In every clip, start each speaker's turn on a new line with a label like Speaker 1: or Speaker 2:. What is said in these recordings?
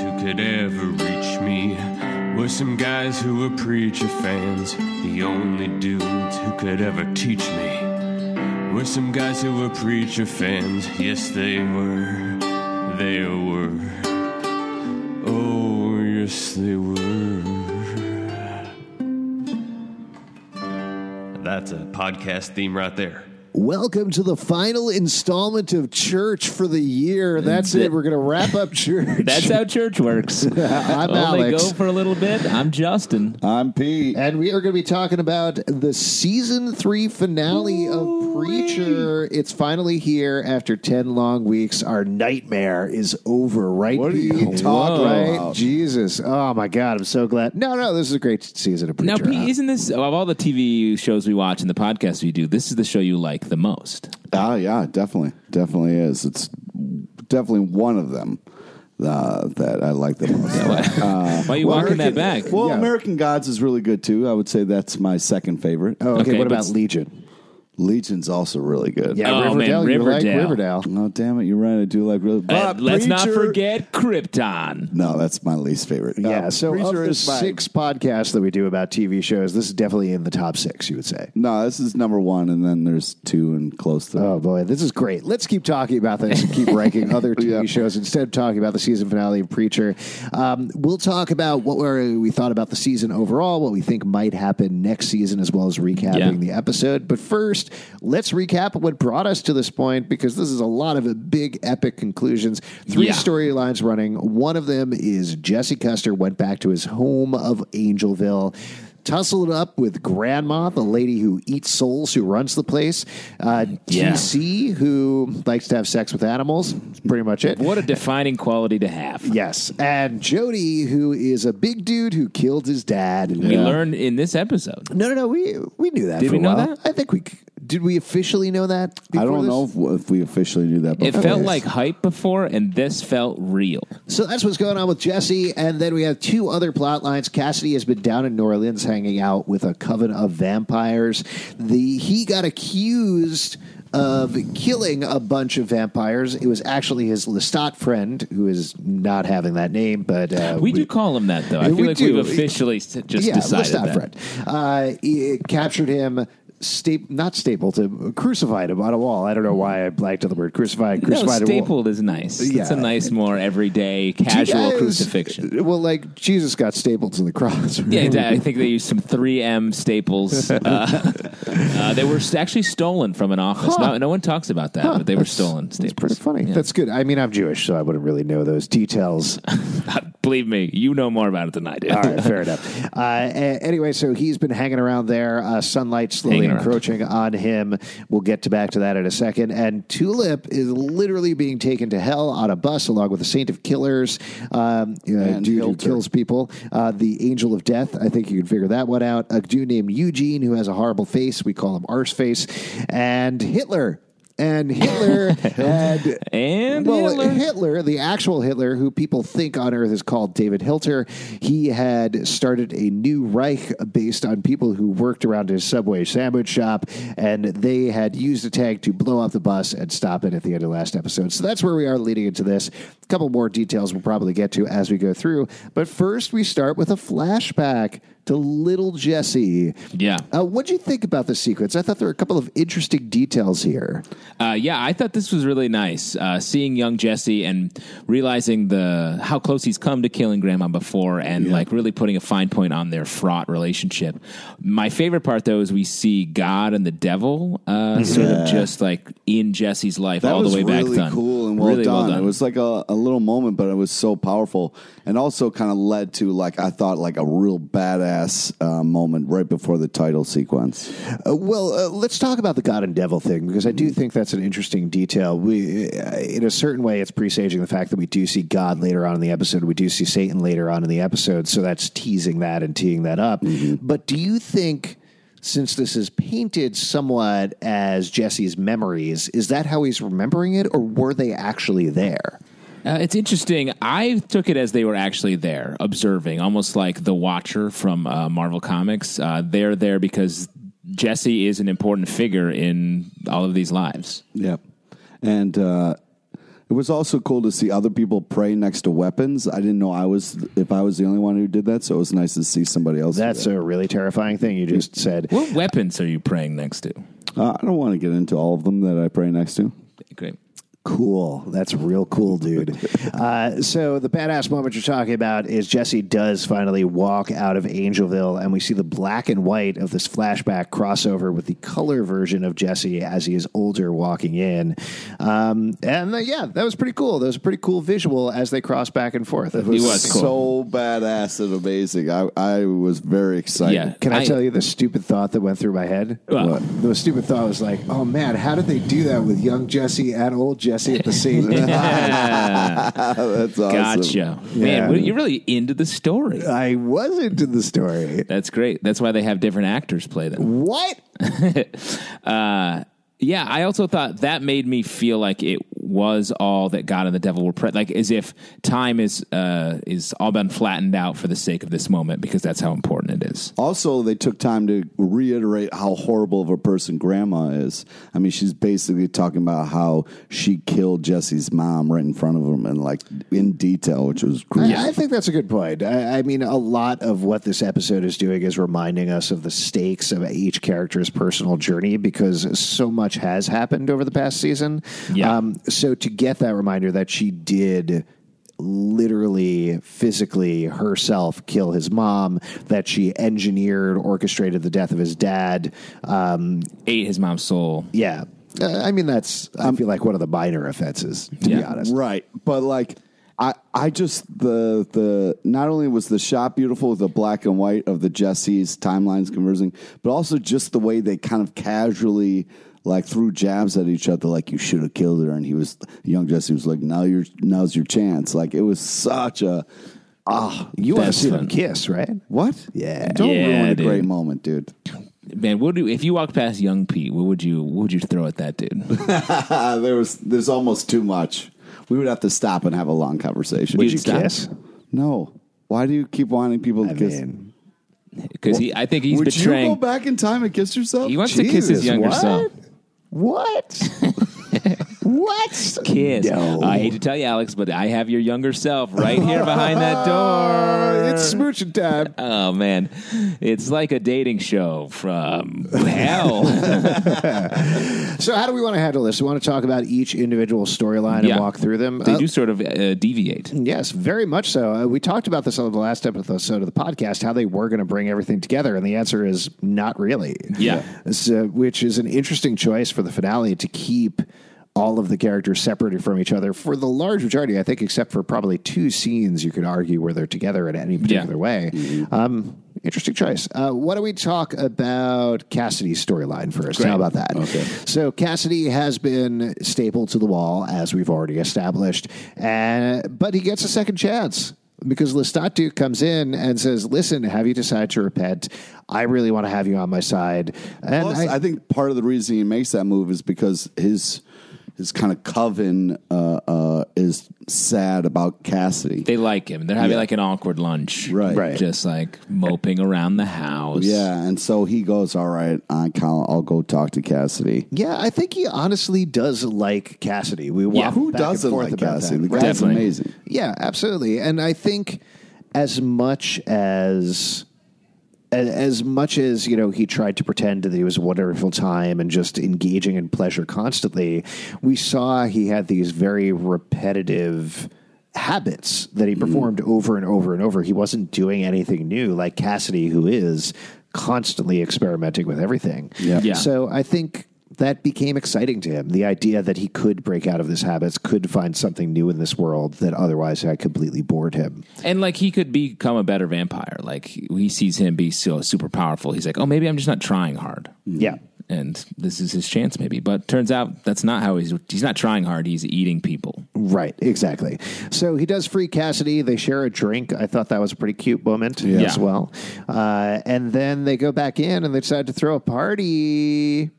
Speaker 1: ever reached me were some guys who were preacher fans. The only dudes who could ever teach me were some guys who were preacher fans. Yes, they were. They were. Oh, yes, they were. That's a podcast theme right there.
Speaker 2: Welcome to the final installment of Church for the year. That's it. We're going to wrap up Church.
Speaker 3: That's how church works.
Speaker 2: I'm
Speaker 3: Only
Speaker 2: Alex.
Speaker 3: go for a little bit. I'm Justin.
Speaker 4: I'm Pete.
Speaker 2: And we are going to be talking about the season three finale of Preacher. It's finally here after 10 long weeks. Our nightmare is over, right?
Speaker 4: What are you
Speaker 2: Pete?
Speaker 4: talking
Speaker 2: Right?
Speaker 4: about?
Speaker 2: Jesus. Oh, my God. I'm so glad. No, no, this is a great season of Preacher.
Speaker 3: Now, Pete, isn't this of all the TV shows we watch and the podcasts we do? This is the show you like the most.
Speaker 4: Oh yeah, definitely, definitely is. It's definitely one of them uh, that I like the most.
Speaker 2: Uh,
Speaker 3: Why are you
Speaker 4: Well,
Speaker 3: walking
Speaker 4: American-
Speaker 3: that back?
Speaker 4: Well,
Speaker 2: Yeah.
Speaker 4: American Gods is really good too. I would say that's my second favorite.
Speaker 2: oh, okay.
Speaker 3: okay,
Speaker 2: what
Speaker 3: but
Speaker 2: about
Speaker 3: s-
Speaker 2: Legion?
Speaker 4: Legion's also really good.
Speaker 2: Yeah,
Speaker 3: Oh, man,
Speaker 2: Riverdale. you like
Speaker 3: Riverdale.
Speaker 2: Riverdale.
Speaker 4: Oh damn it, you're right. I do like really.
Speaker 3: Uh,
Speaker 4: But
Speaker 3: let's not
Speaker 4: Preacher-
Speaker 3: forget Krypton.
Speaker 4: No, that's my least favorite.
Speaker 2: Yeah,
Speaker 4: Uh,
Speaker 2: so
Speaker 4: Preacher
Speaker 2: of the
Speaker 4: is my-
Speaker 2: six podcasts that we do about TV shows, this is definitely in the top six, you would say.
Speaker 4: No, this is number one, and then there's two and close to.
Speaker 2: Oh boy, this is great. Let's keep talking about this and keep ranking other TV
Speaker 4: Yeah.
Speaker 2: shows instead of talking about the season finale of Preacher. Um, we'll talk about what we're, we thought about the season overall, what we think might happen next season, as well as recapping
Speaker 3: Yeah.
Speaker 2: the episode. But first, let's recap what brought us to this point because this is a lot of uh, big, epic conclusions. Three
Speaker 3: Yeah.
Speaker 2: storylines running. One of them is Jesse Custer went back to his home of Angelville. Tussled up with Grandma, the lady who eats souls, who runs the place. Uh,
Speaker 3: Yeah.
Speaker 2: TC, who likes to have sex with animals. That's pretty much it.
Speaker 3: What a defining quality to have.
Speaker 2: Yes. And Jody, who is a big dude who killed his dad. And
Speaker 3: We
Speaker 2: we-
Speaker 3: learned in this episode.
Speaker 2: No, no, no. We we knew that.
Speaker 3: Did
Speaker 2: for
Speaker 3: we
Speaker 2: a
Speaker 3: know
Speaker 2: while.
Speaker 3: that?
Speaker 2: I think we c- did. We officially know that.
Speaker 4: I
Speaker 2: before
Speaker 4: don't
Speaker 2: this?
Speaker 4: know if, if we officially knew that.
Speaker 3: It
Speaker 4: before.
Speaker 3: felt like hype before, and this felt real.
Speaker 2: So that's what's going on with Jesse. And then we have two other plot lines. Cassidy has been down in New Orleans hanging out with a coven of vampires. The he got accused of killing a bunch of vampires. It was actually his Lestat friend who is not having that name, but uh,
Speaker 3: We, do call him that, though.
Speaker 2: Yeah,
Speaker 3: I feel
Speaker 2: we
Speaker 3: like
Speaker 2: do.
Speaker 3: we've officially s- just decided
Speaker 2: Lestat
Speaker 3: that.
Speaker 2: friend. Uh, he captured him. Sta- not stapled him, crucified him on a wall. I don't know why I blanked on the word crucified.
Speaker 3: No,
Speaker 2: Crucified a wall.
Speaker 3: stapled is nice. It's
Speaker 2: Yeah.
Speaker 3: a nice, more everyday, casual
Speaker 2: Guys-
Speaker 3: crucifixion.
Speaker 2: Well, like Jesus got stapled to the cross.
Speaker 3: Yeah, exactly. I think they used some 3M staples. Uh, uh, they were actually stolen from an office. No, no one talks about that, but they were stolen staples.
Speaker 2: Pretty funny. That's good. I mean, I'm Jewish, so I wouldn't really know those details.
Speaker 3: Believe me, you know more about it than I do.
Speaker 2: All right, fair enough. Uh, a- anyway, so he's been hanging around there. Uh, sunlight slowly
Speaker 3: Hanging around.
Speaker 2: encroaching on him. We'll get to back to that in a second. And Tulip is literally being taken to hell on a bus along with the Saint of Killers, um, you know, a
Speaker 4: And
Speaker 2: dude who
Speaker 4: Hildur.
Speaker 2: kills people, uh, the Angel of Death. I think you can figure that one out. A dude named Eugene who has a horrible face. We call him Arseface, and Hitler. And Hitler had
Speaker 3: And
Speaker 2: well, Hitler.
Speaker 3: Hitler.
Speaker 2: the actual Hitler, who people think on Earth is called David Hilter, he had started a new Reich based on people who worked around his subway sandwich shop, and they had used a tank to blow up the bus and stop it at the end of last episode. So that's where we are leading into this. A couple more details we'll probably get to as we go through, but first we start with a flashback to little Jesse.
Speaker 3: Yeah.
Speaker 2: Uh, what do you think about the sequence? I thought there were a couple of interesting details here.
Speaker 3: Uh, yeah, I thought this was really nice. Uh, seeing young Jesse and realizing the how close he's come to killing Grandma before, and like really putting a fine point on their fraught relationship. My favorite part though is we see God and the devil uh, sort of just like in Jesse's life
Speaker 4: Mm-hmm. That
Speaker 3: all
Speaker 4: was
Speaker 3: the way back.
Speaker 4: really
Speaker 3: done.
Speaker 4: cool and well,
Speaker 3: Really
Speaker 4: done. It was like a, a little moment, but it was so powerful, and also kind of led to like I thought like a real badass uh, moment right before the title sequence.
Speaker 2: Uh, well, uh, let's talk about the God and Devil thing because I do think that's an interesting detail. We, uh, in a certain way, it's presaging the fact that we do see God later on in the episode. We do see Satan later on in the episode, so that's teasing that and teeing that up. But do you think? Since this is painted somewhat as Jesse's memories, is that how he's remembering it, or were they actually there?
Speaker 3: Uh, it's interesting. I took it as they were actually there, observing, almost like the Watcher from uh, Marvel Comics. Uh, they're there because Jesse is an important figure in all of these lives.
Speaker 4: Yep. And uh, It was also cool to see other people pray next to weapons. I didn't know I was if I was the only one who did that, so it was nice to see somebody else. do
Speaker 2: That's
Speaker 4: that.
Speaker 2: a really terrifying thing you just said.
Speaker 3: What weapons are you praying next to?
Speaker 4: uh, I don't want to get into all of them that I pray next to.
Speaker 3: Great.
Speaker 2: Cool. That's real cool, dude. uh, so the badass moment you're talking about is Jesse does finally walk out of Angelville, and we see the black and white of this flashback crossover with the color version of Jesse as he is older walking in. Um, and uh, yeah, that was pretty cool. That was a pretty cool visual as they cross back and forth. It was,
Speaker 3: He was cool.
Speaker 4: so badass and amazing. I I was very excited.
Speaker 3: Yeah.
Speaker 2: Can I,
Speaker 3: I-
Speaker 2: tell you the stupid thought that went through my head?
Speaker 3: What?
Speaker 2: The stupid thought was like, oh man, how did they do that with young Jesse and old Jesse at the same time?
Speaker 4: That's awesome.
Speaker 3: Gotcha. Man, well, you're really into the story.
Speaker 2: I was into the story.
Speaker 3: That's great. That's why they have different actors play them.
Speaker 2: What?
Speaker 3: uh, yeah, I also thought that made me feel like it was all that God and the devil were pre- like as if time is uh, is all been flattened out for the sake of this moment because that's how important it is.
Speaker 4: Also, they took time to reiterate how horrible of a person Grandma is. I mean, she's basically talking about how she killed Jesse's mom right in front of him, and like in detail, which was great.
Speaker 2: I, I think that's a good point. I, I mean, a lot of what this episode is doing is reminding us of the stakes of each character's personal journey because so much has happened over the past season. Um,
Speaker 3: Yeah.
Speaker 2: so to get that reminder that she did literally physically herself kill his mom that she engineered orchestrated the death of his dad um,
Speaker 3: Ate his mom's soul.
Speaker 2: yeah Uh, i mean that's i feel like one of the minor offenses to be
Speaker 3: Um, Yeah.
Speaker 2: honest
Speaker 4: Right. But like I I just the the not only was the shot beautiful with the black and white of the Jesse's timelines conversing, but also just the way they kind of casually like threw jabs at each other like you should have killed her and he was young Jesse was like now you're now's your chance. Like it was such a ah
Speaker 2: you want to
Speaker 3: That's
Speaker 2: see them
Speaker 3: fun.
Speaker 2: kiss right
Speaker 4: what?
Speaker 2: Yeah.
Speaker 4: Don't
Speaker 3: Yeah,
Speaker 4: ruin a
Speaker 3: dude.
Speaker 4: great moment, dude.
Speaker 3: Man, what do if you walked past young Pete, what would you what would you throw at that dude?
Speaker 4: Uh, there was there's almost too much. We would have to stop and have a long conversation.
Speaker 3: Would
Speaker 2: Did you
Speaker 3: Stop.
Speaker 2: kiss
Speaker 4: No. Why do you keep wanting people to
Speaker 2: I
Speaker 4: kiss?
Speaker 2: mean,
Speaker 3: Because he I think he's
Speaker 4: Would
Speaker 3: betraying
Speaker 4: you go back in time and kiss yourself?
Speaker 3: he wants to kiss his
Speaker 2: Jesus,
Speaker 3: younger
Speaker 2: what?
Speaker 3: self.
Speaker 2: what? what?
Speaker 3: Kiss.
Speaker 2: No.
Speaker 3: I hate to tell you, Alex, but I have your younger self right here behind that door.
Speaker 2: Uh, it's smooching time.
Speaker 3: Oh man, it's like a dating show from
Speaker 4: Uh,
Speaker 3: hell.
Speaker 2: So, how do we want to handle this? We want to talk about each individual storyline and
Speaker 3: Yeah.
Speaker 2: walk through them.
Speaker 3: they
Speaker 2: Uh,
Speaker 3: do sort of uh, deviate.
Speaker 2: Yes, very much so. Uh, we talked about this on the last episode of the podcast, how they were going to bring everything together, and the answer is not really.
Speaker 3: Yeah.
Speaker 2: So, which is an interesting choice for the finale to keep all of the characters separated from each other for the large majority, I think, except for probably two scenes you could argue where they're together in any particular way.
Speaker 4: Mm-hmm.
Speaker 2: Um, interesting choice. Uh, why don't we talk about Cassidy's storyline first? How about that? Okay. So Cassidy has been stapled to the wall, as we've already established, and but he gets a second chance because Lestatu comes in and says, "Listen, have you decided to repent? I really want to have you on my side." And
Speaker 4: Plus,
Speaker 2: I,
Speaker 4: I, think part of the reason he makes that move is because his his kind of coven uh, uh, is sad about Cassidy.
Speaker 3: They like him. They're having like an awkward lunch,
Speaker 4: Right. Right.
Speaker 3: Just like moping around the house.
Speaker 4: yeah, and so he goes, "All right, I I'll, I'll go talk to Cassidy."
Speaker 2: yeah, I think he honestly does like Cassidy. We walk
Speaker 3: Yeah.
Speaker 4: Who
Speaker 2: back and
Speaker 4: doesn't
Speaker 2: forth
Speaker 4: like
Speaker 2: about
Speaker 4: Cassidy?
Speaker 2: That,
Speaker 4: The
Speaker 2: right?
Speaker 4: guy's
Speaker 3: Definitely.
Speaker 4: amazing.
Speaker 2: Yeah, absolutely. And I think as much as as, as much as you know he tried to pretend that it was a wonderful time and just engaging in pleasure constantly we saw he had these very repetitive habits that he performed over and over and over he wasn't doing anything new like cassidy who is constantly experimenting with everything
Speaker 4: Yeah.
Speaker 3: Yeah.
Speaker 2: so i think that became exciting to him the idea that he could break out of his habits could find something new in this world that otherwise had completely bored him
Speaker 3: and like he could become a better vampire. Like he he sees him be so super powerful. He's like, oh, maybe I'm just not trying hard.
Speaker 4: Mm.
Speaker 2: yeah
Speaker 3: And this is his chance, maybe. But turns out that's not how he's. He's not trying hard. He's eating people.
Speaker 2: Right, exactly. So he does free Cassidy. They share a drink. I thought that was a pretty cute moment as
Speaker 3: Yeah.
Speaker 2: well. Uh, and then they go back in and they decide to throw a party.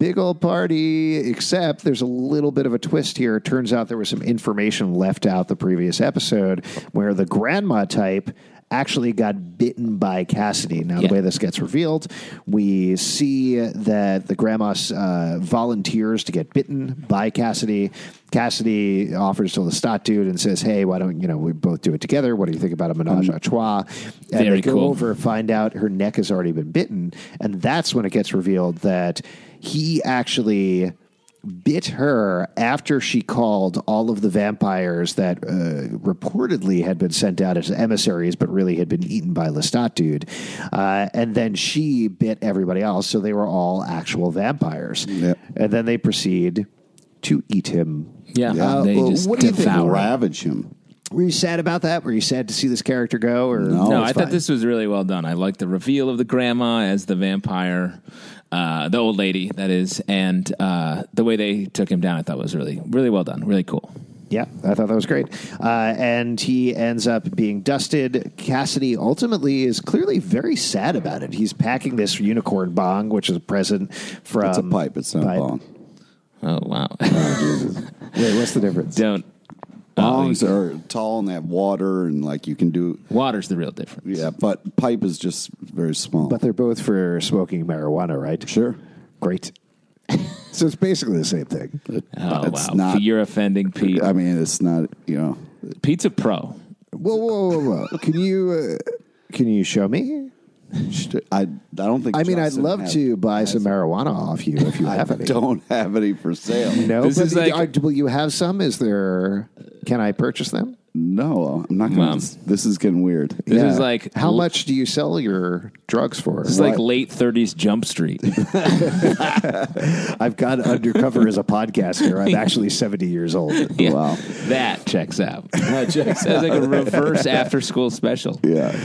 Speaker 2: Big old party, except there's a little bit of a twist here. It turns out there was some information left out the previous episode where the grandma type actually got bitten by Cassidy. Now,
Speaker 3: Yeah.
Speaker 2: the way this gets revealed, we see that the grandma uh, volunteers to get bitten by Cassidy. Cassidy offers to the Stott dude and says, "Hey, why don't you know we both do it together? What do you think about a menage a trois?" And
Speaker 3: Very
Speaker 2: they go
Speaker 3: cool.
Speaker 2: over, find out her neck has already been bitten, and that's when it gets revealed that he actually bit her after she called all of the vampires that uh, reportedly had been sent out as emissaries, but really had been eaten by Lestat dude. Uh, and then she bit everybody else, so they were all actual vampires.
Speaker 4: Yep.
Speaker 2: And then they proceed to eat him.
Speaker 3: Yeah,
Speaker 4: Uh,
Speaker 3: they
Speaker 4: well,
Speaker 3: just
Speaker 4: what do you think?
Speaker 3: devour. it.
Speaker 4: Ravage him.
Speaker 2: Were you sad about that? Were you sad to see this character go? Or
Speaker 4: No,
Speaker 3: no,
Speaker 4: it's
Speaker 3: I
Speaker 4: fine.
Speaker 3: thought this was really well done. I liked the reveal of the grandma as the vampire, uh, the old lady that is, and uh, the way they took him down. I thought was really, really well done. Really cool.
Speaker 2: Yeah, I thought that was great. Uh, and he ends up being dusted. Cassidy ultimately is clearly very sad about it. He's packing this unicorn bong, which is a present from.
Speaker 4: It's a
Speaker 3: Um,
Speaker 4: pipe. It's not a bong.
Speaker 3: Oh wow!
Speaker 2: Wait, what's the difference?
Speaker 3: Don't
Speaker 4: Bongs are tall and they have water and like you can do.
Speaker 3: water's the real difference.
Speaker 4: Yeah, but pipe is just very small.
Speaker 2: But they're both for smoking marijuana, right?
Speaker 4: sure.
Speaker 2: Great. so it's basically the same thing.
Speaker 3: Oh
Speaker 4: It's
Speaker 3: wow!
Speaker 4: not-
Speaker 3: You're offending Pete.
Speaker 4: I mean, it's not you know.
Speaker 3: Pete's a pro.
Speaker 2: Whoa, whoa, whoa, whoa! can you uh, can you show me?
Speaker 4: I I don't think.
Speaker 2: I mean, I'd
Speaker 4: Justin
Speaker 2: love
Speaker 4: has-
Speaker 2: to buy some marijuana off you if you
Speaker 4: I
Speaker 2: have any.
Speaker 4: don't have any for sale.
Speaker 2: No,
Speaker 3: This
Speaker 2: but
Speaker 3: is like-
Speaker 2: are- will you have some? Is there? Can I purchase them?
Speaker 4: No, I'm not going.
Speaker 3: Mom.
Speaker 4: to This is getting weird.
Speaker 3: This is like
Speaker 2: how much do you sell your drugs for?
Speaker 3: It's like late '30s Jump Street.
Speaker 2: I've gone undercover as a podcaster. I'm actually 70 years old.
Speaker 3: Yeah.
Speaker 4: Wow.
Speaker 3: that checks out. That checks out. It's like a reverse after-school special.
Speaker 4: Yeah,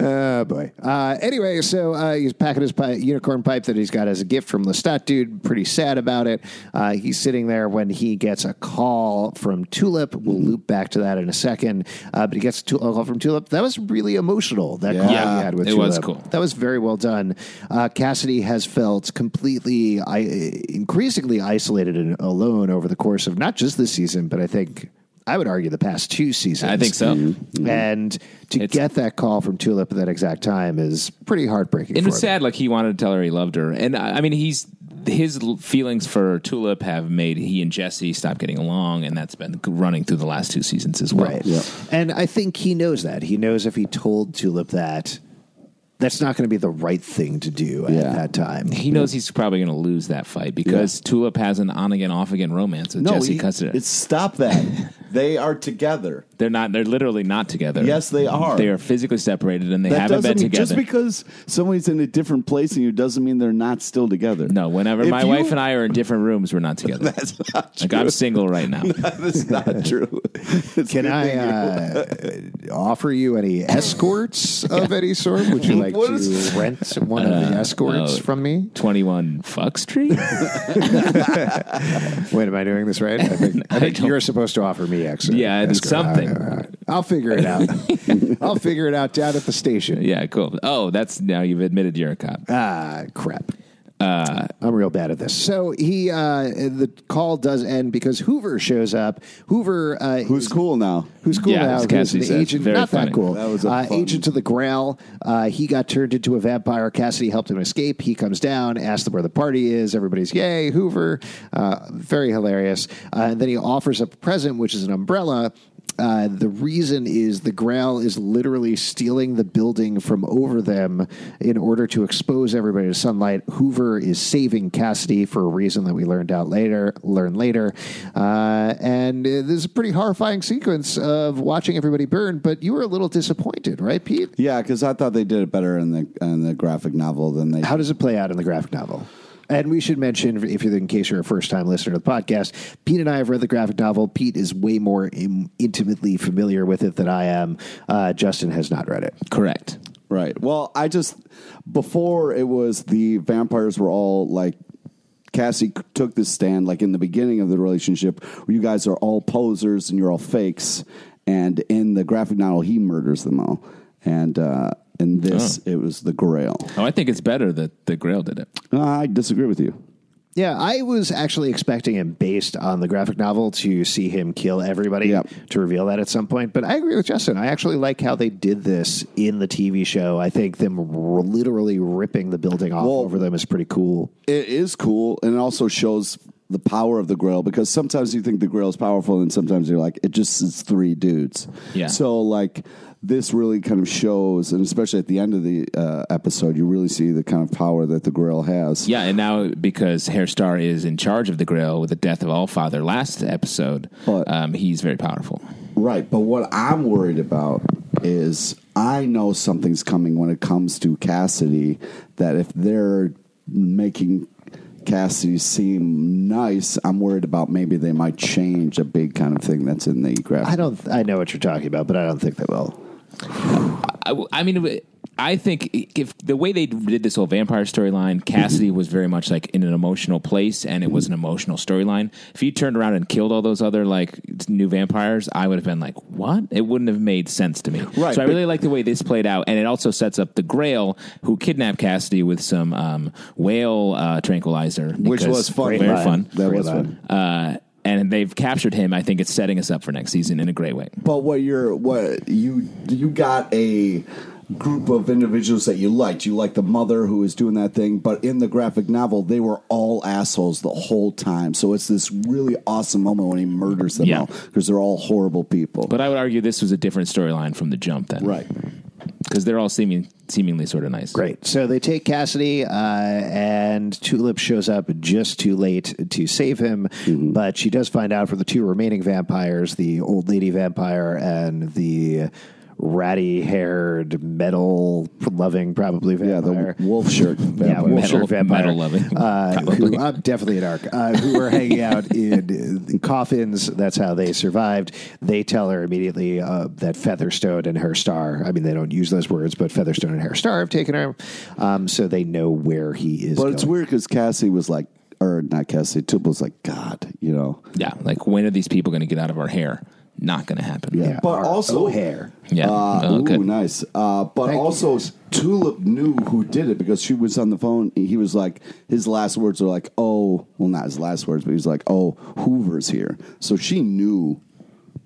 Speaker 2: Oh boy. Uh, anyway, so uh, he's packing his pi- unicorn pipe that he's got as a gift from Lestat dude. Pretty sad about it. Uh, he's sitting there when he gets a call from Tulip. We'll loop back to that in a second. Uh, but he gets a, tu- a call from Tulip. That was really emotional. That call
Speaker 3: Yeah.
Speaker 2: he had with
Speaker 3: It
Speaker 2: Tulip.
Speaker 3: was cool.
Speaker 2: That was very well done. Uh, Cassidy has felt completely, I- increasingly isolated and alone over the course of not just this season, but I think. I would argue the past two seasons.
Speaker 3: I think so.
Speaker 2: And to
Speaker 3: Mm-hmm. It's-
Speaker 2: get that call from Tulip at that exact time is pretty heartbreaking.
Speaker 3: And
Speaker 2: for
Speaker 3: it's
Speaker 2: him.
Speaker 3: sad. Like he wanted to tell her he loved her, and I I mean, he's his l- feelings for Tulip have made he and Jesse stop getting along, and that's been running through the last two seasons as well.
Speaker 2: Right. And I think he knows that. He knows if he told Tulip that, that's not going to be the right thing to do
Speaker 4: Yeah.
Speaker 2: at that time.
Speaker 3: He knows he's probably going to lose that fight because Tulip has an on again, off again romance with Jesse
Speaker 4: he-
Speaker 3: Custer.
Speaker 4: It's stop that. they are together.
Speaker 3: They're not. They're literally not together.
Speaker 4: Yes, they are.
Speaker 3: They are physically separated, and they haven't
Speaker 4: doesn't
Speaker 3: been
Speaker 4: mean-
Speaker 3: together.
Speaker 4: Just because somebody's in a different place than you doesn't mean they're not still together.
Speaker 3: no, whenever
Speaker 4: If
Speaker 3: my
Speaker 4: you-
Speaker 3: wife and I are in different rooms, we're not together.
Speaker 4: That's not true.
Speaker 3: like I'm single right now.
Speaker 4: That's not true. It's
Speaker 2: Can
Speaker 4: good
Speaker 2: I
Speaker 4: thing you-
Speaker 2: uh, offer you any escorts of any sort? Would you like
Speaker 4: What
Speaker 2: to
Speaker 4: is-
Speaker 2: rent one of the escorts
Speaker 3: Uh, no.
Speaker 2: from me?
Speaker 3: Twenty one Fuck Street.
Speaker 2: Wait, am I doing this right? I think, I
Speaker 3: I
Speaker 2: think
Speaker 3: don't-
Speaker 2: you're supposed to offer me exit.
Speaker 3: Yeah, it's
Speaker 2: escort. All right,
Speaker 3: something.
Speaker 2: all right. I'll figure it out. I'll figure it out down at the station.
Speaker 3: yeah, cool. Oh, that's now you've admitted you're a cop.
Speaker 4: Uh,
Speaker 2: Ah, crap. I'm real bad at this. So he, uh, the call does end because Hoover shows up. Hoover, uh,
Speaker 4: Who's cool now?
Speaker 2: who's cool
Speaker 3: Yeah,
Speaker 2: now?
Speaker 3: as
Speaker 2: Who's
Speaker 3: Cassidy
Speaker 2: an
Speaker 3: said,
Speaker 2: agent?
Speaker 3: very
Speaker 2: Not
Speaker 3: funny.
Speaker 2: that cool.
Speaker 4: That was a
Speaker 2: uh,
Speaker 4: fun-
Speaker 2: agent to the Grail. Uh, he got turned into a vampire. Cassidy helped him escape. He comes down, asks them where the party is. Everybody's yay, Hoover. Uh, very hilarious. Uh, and then he offers up a present, which is an umbrella. Uh, the reason is the Grail is literally stealing the building from over them in order to expose everybody to sunlight. Hoover is saving Cassidy for a reason that we learned out later. Learn later, uh, and uh, this is a pretty horrifying sequence of watching everybody burn. But you were a little disappointed, right, Pete?
Speaker 4: Yeah, because I thought they did it better in the in the graphic novel than they.
Speaker 2: How does it play out in the graphic novel? And we should mention, if you're in case you're a first time listener to the podcast, Pete and I have read the graphic novel. Pete is way more Im- intimately familiar with it than I am. Uh, Justin has not read it.
Speaker 3: Correct.
Speaker 4: Right. Well, I just before it was the vampires were all like Cassie c- took this stand like in the beginning of the relationship where you guys are all posers and you're all fakes, and in the graphic novel he murders them all, and uh, in this it was the Grail.
Speaker 3: Oh, I think it's better that the Grail did it.
Speaker 4: Uh, I disagree with you.
Speaker 2: Yeah, I was actually expecting him based on the graphic novel to see him kill everybody
Speaker 4: Yep.
Speaker 2: to reveal that at some point. But I agree with Justin. I actually like how they did this in the TV show. I think them r- literally ripping the building off
Speaker 4: Well-
Speaker 2: over them is pretty cool.
Speaker 4: it is cool and it also shows the power of the grill because sometimes you think the grill is powerful and sometimes you're like it just is three dudes
Speaker 3: Yeah.
Speaker 4: so like this really kind of shows and especially at the end of the uh, episode you really see the kind of power that the grill has
Speaker 3: Yeah, and now because Hairstar is in charge of the grill with the death of Allfather last episode,
Speaker 4: But-
Speaker 3: um, he's very powerful.
Speaker 4: right but what i'm worried about is i know something's coming when it comes to cassidy that if they're making Cassidy seem nice. I'm worried about maybe they might change a big kind of thing that's in the graphic.
Speaker 2: I don't. I know what you're talking about, but I don't think they will.
Speaker 3: I, I mean, I think if the way they did this whole vampire storyline, Cassidy was very much like in an emotional place, and it was an emotional storyline. If he turned around and killed all those other like new vampires, I would have been like, "What?" It wouldn't have made sense to me.
Speaker 4: Right,
Speaker 3: So I
Speaker 4: but-
Speaker 3: really like the way this played out, and it also sets up the Grail, who kidnapped Cassidy with some um, whale uh, tranquilizer,
Speaker 4: Which
Speaker 3: because-
Speaker 4: was fun.
Speaker 3: very
Speaker 2: line.
Speaker 3: fun.
Speaker 4: That
Speaker 2: Great
Speaker 4: was
Speaker 2: line.
Speaker 4: fun.
Speaker 3: Uh, and they've captured him. I think it's setting us up for next season in a great way.
Speaker 4: But what you're what you you got a group of individuals that you liked. You liked the mother who was doing that thing, but in the graphic novel, they were all assholes the whole time. So it's this really awesome moment when he murders them
Speaker 3: Yeah.
Speaker 4: all because they're all horrible people.
Speaker 3: But I would argue this was a different storyline from the jump then.
Speaker 4: right.
Speaker 3: because they're all seeming seemingly sort of nice.
Speaker 2: Great. So they take Cassidy, uh, and Tulip shows up just too late to save him.
Speaker 4: Mm-hmm.
Speaker 2: But she does find out from the two remaining vampires the old lady vampire and the ratty haired, metal loving, probably
Speaker 4: Yeah, the
Speaker 2: vampire.
Speaker 4: wolf shirt.
Speaker 2: yeah,
Speaker 4: vampire.
Speaker 2: wolf
Speaker 3: Metal-
Speaker 2: shirt vampire.
Speaker 3: metal-loving,
Speaker 2: Uh,
Speaker 3: probably.
Speaker 2: who, I'm definitely a dark. Uh, who were hanging out in, uh, coffins. That's how they survived. They tell her immediately uh, that Featherstone and her star. I mean, they don't use those words, but Featherstone and her star have taken her. Um, so they know where he is.
Speaker 4: But it's
Speaker 2: going.
Speaker 4: weird because Cassie was like, or not Cassie, Tip was like, God, you know.
Speaker 3: Yeah, like when are these people going to get out of our hair? Not going to happen.
Speaker 4: Yeah. But
Speaker 2: our
Speaker 4: also-
Speaker 2: hair.
Speaker 3: Yeah.
Speaker 4: Uh,
Speaker 3: Oh,
Speaker 4: ooh,
Speaker 3: good.
Speaker 4: nice. Uh, but
Speaker 2: Thank
Speaker 4: also, Tulip knew who did it because she was on the phone. He was like, his last words were like, "Oh, well, not his last words, but he was like, oh, Hoover's here.' So she knew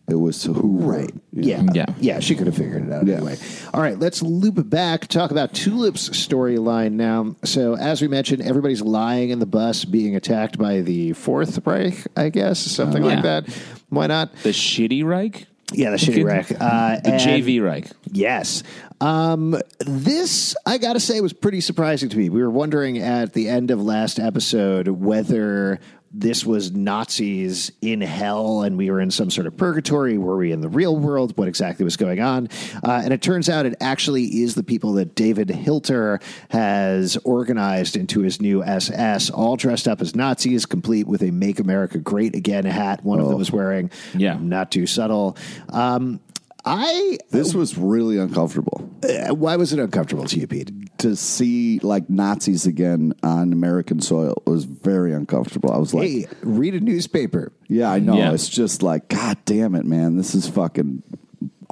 Speaker 4: it was Hoover,
Speaker 2: Right. Yeah.
Speaker 3: Yeah.
Speaker 2: Yeah. She could have figured it out
Speaker 4: Yeah.
Speaker 2: anyway. All right. Let's loop back. Talk about Tulip's storyline now. So, as we mentioned, everybody's lying in the bus, being attacked by the Fourth Reich, I guess, something
Speaker 3: Uh, Yeah.
Speaker 2: like that. Why not?
Speaker 3: The shitty Reich,
Speaker 2: Yeah, the shitty Reich. Uh,
Speaker 3: the
Speaker 2: and-
Speaker 3: JV Reich.
Speaker 2: Yes. Um, this, I got to say, was pretty surprising to me. We were wondering at the end of last episode whether this was Nazis in hell and we were in some sort of purgatory. Were we in the real world? What exactly was going on? Uh, and it turns out it actually is the people that David Hilter has organized into his new SS, all dressed up as Nazis, complete with a Make America Great Again hat one of them was wearing.
Speaker 3: Yeah.
Speaker 2: Not too subtle. Um, I
Speaker 4: This was really uncomfortable
Speaker 2: uh, why was it uncomfortable to you, Pete?
Speaker 4: to see like Nazis again on American soil. It was very uncomfortable. I was like,
Speaker 2: Hey, read a newspaper.
Speaker 4: Yeah, I know.
Speaker 3: Yeah.
Speaker 4: It's just like, God damn it, man. This is fucking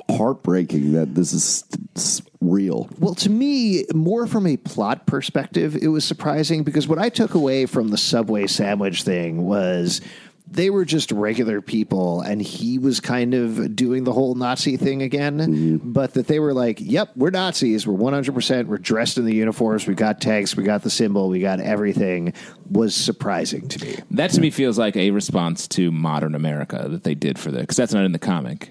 Speaker 4: heartbreaking that this is s- real.
Speaker 2: Well, to me, more from a plot perspective, it was surprising because what I took away from the Subway sandwich thing was they were just regular people and he was kind of doing the whole Nazi thing again, but that they were like, yep, we're Nazis. We're 100%. We're dressed in the uniforms. We got tanks. We got the symbol. We got everything was surprising to me.
Speaker 3: That to me feels like a response to modern America that they did for the because that's not in the comic.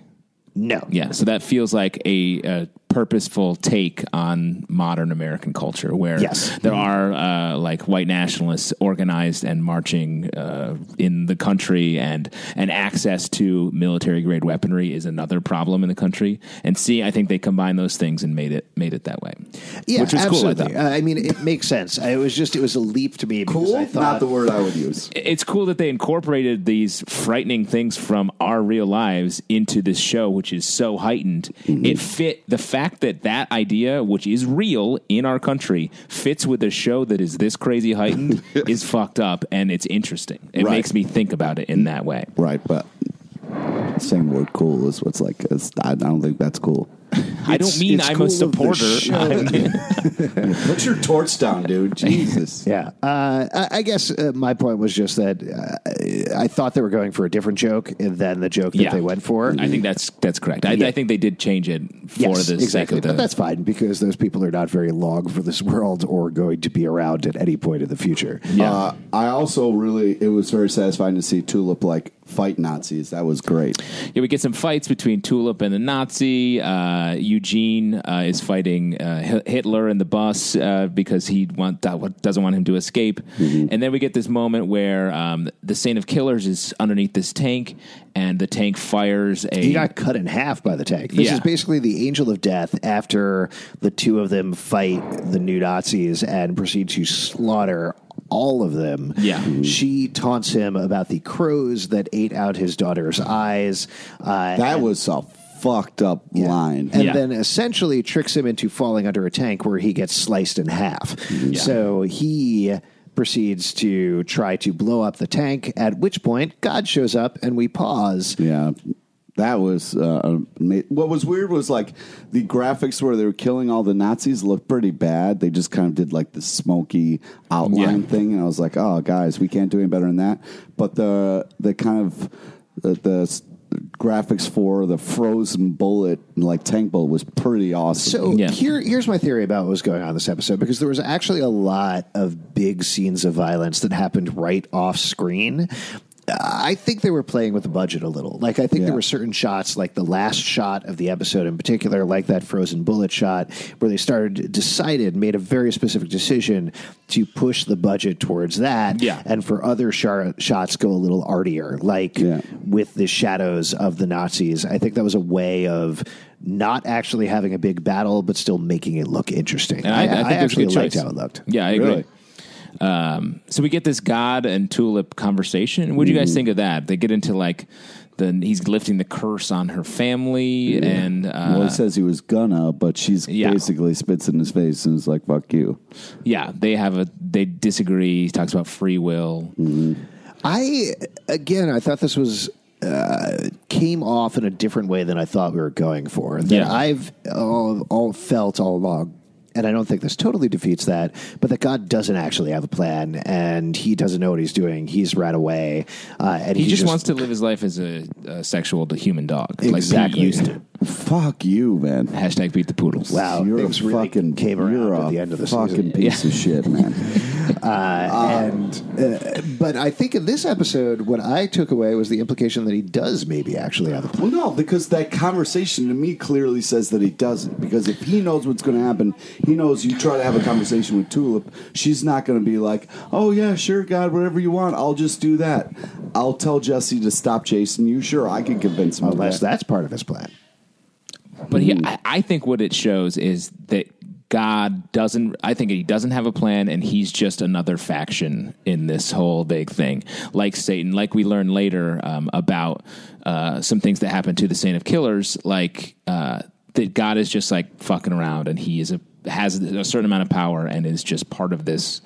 Speaker 2: No.
Speaker 3: Yeah, so that feels like a, a purposeful take on modern American culture, where
Speaker 2: Yes.
Speaker 3: there are uh, like white nationalists organized and marching uh, in the country, and and access to military grade weaponry is another problem in the country. And see, I think they combined those things and made it made it that way,
Speaker 2: Yeah,
Speaker 3: which was
Speaker 2: absolutely.
Speaker 3: cool. I thought.
Speaker 2: uh, I mean, it makes sense. I, it was just, it was a leap to me. because I thought,
Speaker 4: Not the word I would use.
Speaker 3: It's cool that they incorporated these frightening things from our real lives into this show, which is so heightened.
Speaker 4: Mm-hmm.
Speaker 3: It fit the fact that that idea, which is real in our country, fits with a show that is this crazy heightened, is fucked up, and it's interesting. It
Speaker 4: Right.
Speaker 3: makes me think about it in that way.
Speaker 4: Right, but saying the word cool is what's like, it's, I I don't think that's cool.
Speaker 3: I don't
Speaker 4: It's-
Speaker 3: mean
Speaker 4: it's
Speaker 3: I'm
Speaker 4: cool
Speaker 3: a
Speaker 4: of the
Speaker 3: supporter.
Speaker 4: show.
Speaker 3: I'm-
Speaker 4: Put your torch down, dude. Jesus.
Speaker 2: Yeah, uh, I, I guess uh, my point was just that uh, I thought they were going for a different joke than the joke that
Speaker 3: Yeah.
Speaker 2: they went for.
Speaker 3: I think that's that's correct. I, I think they did change it for
Speaker 2: Yes,
Speaker 3: the sake
Speaker 2: exactly,
Speaker 3: of the.
Speaker 2: but that's fine because those people are not very long for this world or going to be around at any point in the future.
Speaker 3: yeah.
Speaker 4: Uh, I also really, it was very satisfying to see Tulip like fight Nazis. That was great.
Speaker 3: yeah, we get some fights between Tulip and the Nazi. Uh, Eugene uh, is fighting uh, Hi- Hitler in the bus uh, because he want, do- doesn't want him to escape. And then we get this moment where um, the Saint of Killers is underneath this tank, and the tank fires a.
Speaker 2: He got cut in half by the tank. This
Speaker 3: Yeah.
Speaker 2: is basically the Angel of Death after the two of them fight the new Nazis and proceed to slaughter all of them.
Speaker 3: Yeah.
Speaker 2: She taunts him about the crows that ate out his daughter's eyes. Uh,
Speaker 4: That was a fucked up
Speaker 2: Yeah.
Speaker 4: line.
Speaker 2: And
Speaker 3: Yeah.
Speaker 2: then essentially tricks him into falling under a tank where he gets sliced in half. So he proceeds to try to blow up the tank, at which point God shows up and we pause.
Speaker 4: Yeah. That was uh, ama- what was weird was like the graphics where they were killing all the Nazis looked pretty bad. They just kind of did like the smoky outline
Speaker 3: Yeah.
Speaker 4: thing, and I was like, "Oh, guys, we can't do any better than that." But the the kind of the, the s- graphics for the frozen bullet, like tank bullet, was pretty awesome.
Speaker 2: So
Speaker 3: Yeah.
Speaker 2: here, here's my theory about what was going on this episode because there was actually a lot of big scenes of violence that happened right off screen. I think they were playing with the budget a little. Like I think
Speaker 4: Yeah.
Speaker 2: there were certain shots, like the last shot of the episode in particular, like that frozen bullet shot, where they started decided made a very specific decision to push the budget towards that,
Speaker 3: Yeah.
Speaker 2: and for other shar shots go a little artier, like
Speaker 4: Yeah.
Speaker 2: with the shadows of the Nazis. I think that was a way of not actually having a big battle, but still making it look interesting.
Speaker 3: And I- I think it was a
Speaker 2: actually
Speaker 3: good
Speaker 2: liked
Speaker 3: choice.
Speaker 2: how it looked.
Speaker 3: yeah, I agree.
Speaker 4: Really?
Speaker 3: Um, so we get this God and Tulip conversation. What do you guys think of that? They get into like the he's lifting the curse on her family, and uh,
Speaker 4: well, he says he was gonna, but she's
Speaker 3: Yeah.
Speaker 4: basically spits in his face and is like, "Fuck you."
Speaker 3: yeah, they have a they disagree. He talks about free will.
Speaker 2: I again, I thought this was uh, came off in a different way than I thought we were going for. That
Speaker 3: Yeah.
Speaker 2: I've all, all felt all along. And I don't think this totally defeats that, but that God doesn't actually have a plan, and He doesn't know what He's doing. He's ran away, uh, and
Speaker 3: He,
Speaker 2: he,
Speaker 3: just, wants to live his life as a, a sexual to human dog, like
Speaker 2: Exactly.
Speaker 3: Pete used to.
Speaker 4: Fuck you, man.
Speaker 3: Hashtag beat the poodles.
Speaker 2: Wow,
Speaker 4: you're
Speaker 2: things
Speaker 4: a
Speaker 2: really
Speaker 4: fucking
Speaker 2: came around
Speaker 4: you're
Speaker 2: at
Speaker 4: a
Speaker 2: the end of the
Speaker 4: fucking
Speaker 2: season.
Speaker 4: piece of shit, man.
Speaker 2: and uh, but I think in this episode, what I took away was the implication that he does maybe actually have a plan.
Speaker 4: well, no, because that conversation to me clearly says that he doesn't. Because if he knows what's going to happen, he knows you try to have a conversation with Tulip, she's not going to be like, "Oh yeah, sure, God, whatever you want, I'll just do that. I'll tell Jesse to stop chasing you. Sure, I can convince him of
Speaker 2: Unless
Speaker 4: that."
Speaker 2: that's part of his plan.
Speaker 3: But he, I, I think what it shows is that God doesn't. I think he doesn't have a plan, and he's just another faction in this whole big thing, like Satan. Like we learn later um, about uh, some things that happen to the Saint of Killers, like uh, that God is just like fucking around, and he is a has a certain amount of power, and is just part of this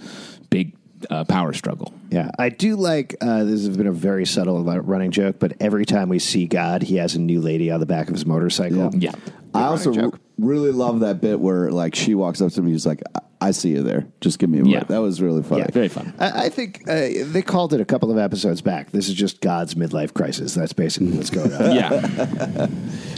Speaker 3: big uh, power struggle.
Speaker 2: Yeah, I do like uh, this has been a very subtle running joke, but every time we see God, he has a new lady on the back of his motorcycle.
Speaker 3: Yeah.
Speaker 4: I also re- really love that bit where like she walks up to me, she's like, "I, I see you there. Just give me a
Speaker 3: Yeah.
Speaker 4: ride." That was really funny.
Speaker 3: Yeah, very fun.
Speaker 2: I I think uh, they called it a couple of episodes back. This is just God's midlife crisis. That's basically what's going on.
Speaker 3: Yeah.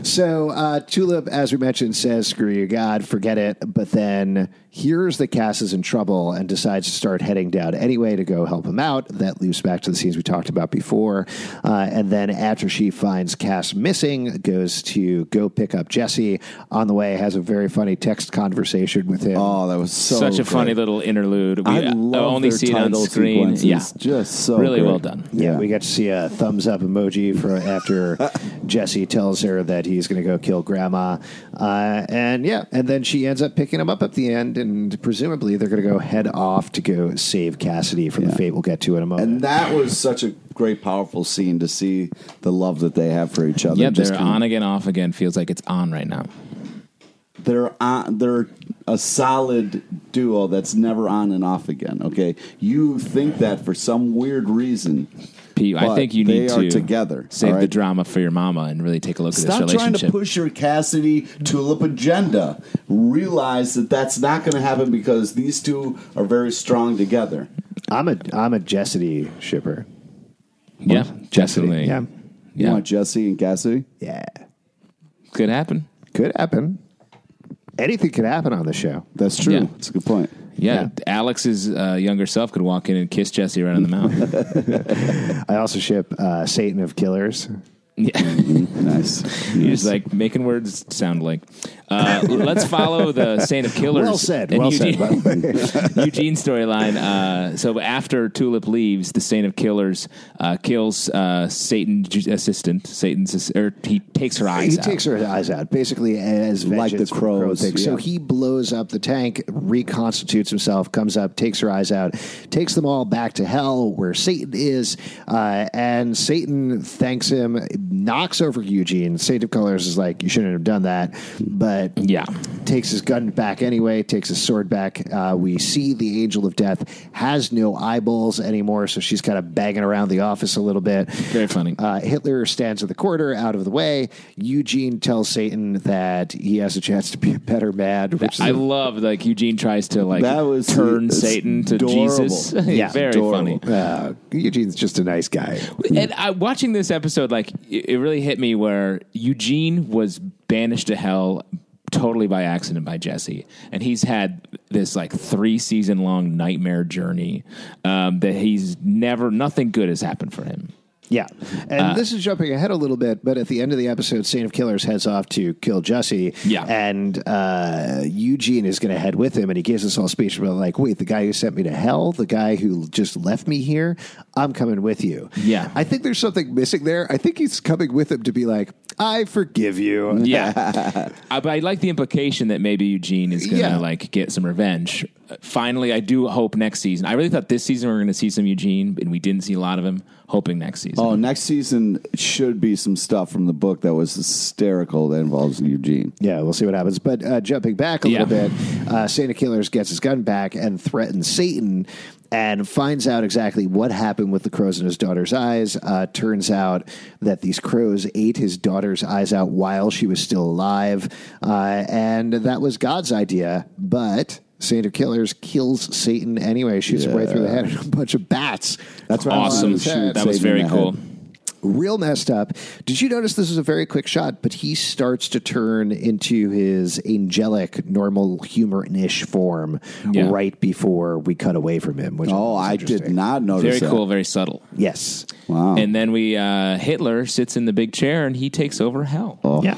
Speaker 2: So uh, Tulip, as we mentioned, says "screw you, God, forget it." But then hears that Cass is in trouble and decides to start heading down anyway to go help him out. That loops back to the scenes we talked about before. Uh, and then after she finds Cass missing, goes to go pick up Jesse. On the way, has a very funny text conversation with him.
Speaker 4: Oh, that was so
Speaker 3: such a
Speaker 4: great.
Speaker 3: funny little interlude. We
Speaker 4: I love
Speaker 3: only
Speaker 4: their
Speaker 3: see it on
Speaker 4: title
Speaker 3: screen.
Speaker 4: sequences.
Speaker 3: Yeah,
Speaker 4: Just so
Speaker 3: really
Speaker 4: great.
Speaker 3: well done.
Speaker 2: Yeah,
Speaker 4: Yeah.
Speaker 2: we got to see a thumbs up emoji for after Jesse tells her that he's going to go kill Grandma, uh, and yeah, and then she ends up picking him up at the end, and presumably they're going to go head off to go save Cassidy from the fate we'll get to in a moment.
Speaker 4: And that was such a great, powerful scene to see the love that they have for each other.
Speaker 3: Yeah,
Speaker 4: Just
Speaker 3: they're
Speaker 4: kind
Speaker 3: on again, off again. Feels like it's on right now.
Speaker 4: of- They're on. They're a solid duo that's never on and off again. Okay, you think that for some weird reason,
Speaker 3: Pete, I
Speaker 4: But
Speaker 3: think you
Speaker 4: they
Speaker 3: need
Speaker 4: are
Speaker 3: to
Speaker 4: together,
Speaker 3: save
Speaker 4: all
Speaker 3: the
Speaker 4: right?
Speaker 3: drama for your mama and really take a look at
Speaker 4: Stop
Speaker 3: this
Speaker 4: trying to
Speaker 3: relationship.
Speaker 4: push your Cassidy Tulip agenda. Realize that that's not going to happen because these two are very strong together.
Speaker 2: I'm a I'm a Jessity shipper.
Speaker 3: yeah, definitely.
Speaker 2: Yeah.
Speaker 4: You
Speaker 3: yeah,
Speaker 4: want Jesse and Cassidy?
Speaker 2: Yeah.
Speaker 3: could happen.
Speaker 2: Could happen. Anything could happen on the show.
Speaker 4: That's true.
Speaker 3: Yeah.
Speaker 4: That's a good point.
Speaker 3: Yeah, Alex's uh, younger self could walk in and kiss Jesse right in the mouth.
Speaker 2: I also ship uh, Satan of Killers.
Speaker 3: yeah.
Speaker 4: Nice.
Speaker 3: He's like making words sound like. Uh, let's follow the Saint of Killers.
Speaker 2: Well said.
Speaker 3: and
Speaker 2: Well said.
Speaker 3: Eugene,
Speaker 2: By the way.
Speaker 3: Eugene storyline. Uh, so after Tulip leaves, the Saint of Killers uh, kills uh, Satan's assistant. Satan's ass- or he takes her eyes.
Speaker 2: he
Speaker 3: out.
Speaker 2: takes her eyes out, basically as
Speaker 4: Like
Speaker 2: vengeance
Speaker 4: the
Speaker 2: for Crow
Speaker 4: crows,
Speaker 2: takes- So
Speaker 4: yeah.
Speaker 2: he blows up the tank, reconstitutes himself, comes up, takes her eyes out, takes them all back to hell where Satan is, uh, and Satan thanks him, knocks over Eugene. Saint of Colors is like, "You shouldn't have done that," but
Speaker 3: Yeah.
Speaker 2: takes his gun back anyway, takes his sword back. Uh, we see the Angel of Death has no eyeballs anymore, so she's kind of banging around the office a little bit.
Speaker 3: Very funny.
Speaker 2: Uh, Hitler stands at the corner, out of the way. Eugene tells Satan that he has a chance to be a better man, which
Speaker 3: I
Speaker 2: is
Speaker 3: love like Eugene tries to like
Speaker 4: That was-
Speaker 3: turn
Speaker 4: it's
Speaker 3: Satan to
Speaker 4: adorable.
Speaker 3: Jesus.
Speaker 2: Yeah,
Speaker 3: very
Speaker 4: adorable.
Speaker 3: funny.
Speaker 2: uh, Eugene's just a nice guy.
Speaker 3: And I, watching this episode, like it, it really hit me where Eugene was banished to hell totally by accident by Jesse, and he's had this like three season long nightmare journey um, that he's never nothing good has happened for him.
Speaker 2: Yeah, and
Speaker 3: Uh,
Speaker 2: this is jumping ahead a little bit, but at the end of the episode, Saint of Killers heads off to kill Jesse.
Speaker 3: Yeah.
Speaker 2: and uh, Eugene is going to head with him, and he gives this whole speech about like, wait, the guy who sent me to hell, the guy who just left me here, I'm coming with you.
Speaker 3: Yeah.
Speaker 2: I think there's something missing there. I think he's coming with him to be like, I forgive you.
Speaker 3: Yeah, I, Uh, but I like the implication that maybe Eugene is gonna
Speaker 2: Yeah.
Speaker 3: like get some revenge. Uh, Finally, I do hope next season. I really thought this season we were gonna see some Eugene, and we didn't see a lot of him. Hoping next season.
Speaker 4: Oh, next season should be some stuff from the book that was hysterical that involves Eugene.
Speaker 2: Yeah, we'll see what happens. But uh, jumping back a little
Speaker 3: Yeah.
Speaker 2: bit, uh, Santa Killers gets his gun back and threatens Satan and finds out exactly what happened with the crows in his daughter's eyes. Uh, turns out that these crows ate his daughter's eyes out while she was still alive. Uh, and that was God's idea. But. Santa Killers kills Satan anyway, shoots him right through the head with a bunch of bats.
Speaker 4: That's what I wanted
Speaker 3: awesome!
Speaker 4: to shoot
Speaker 3: That was
Speaker 4: Satan in
Speaker 3: very
Speaker 4: the
Speaker 3: cool.
Speaker 4: head.
Speaker 2: real messed up. Did you notice this is a very quick shot, but he starts to turn into his angelic, normal human-ish form
Speaker 3: Yeah.
Speaker 2: right before we cut away from him. Which
Speaker 4: Oh,
Speaker 2: was
Speaker 4: I did
Speaker 2: interesting.
Speaker 4: not notice
Speaker 3: Very
Speaker 4: that.
Speaker 3: cool. Very subtle.
Speaker 2: Yes.
Speaker 4: Wow.
Speaker 3: And then we uh, Hitler sits in the big chair and he takes over hell.
Speaker 4: Oh.
Speaker 2: Yeah.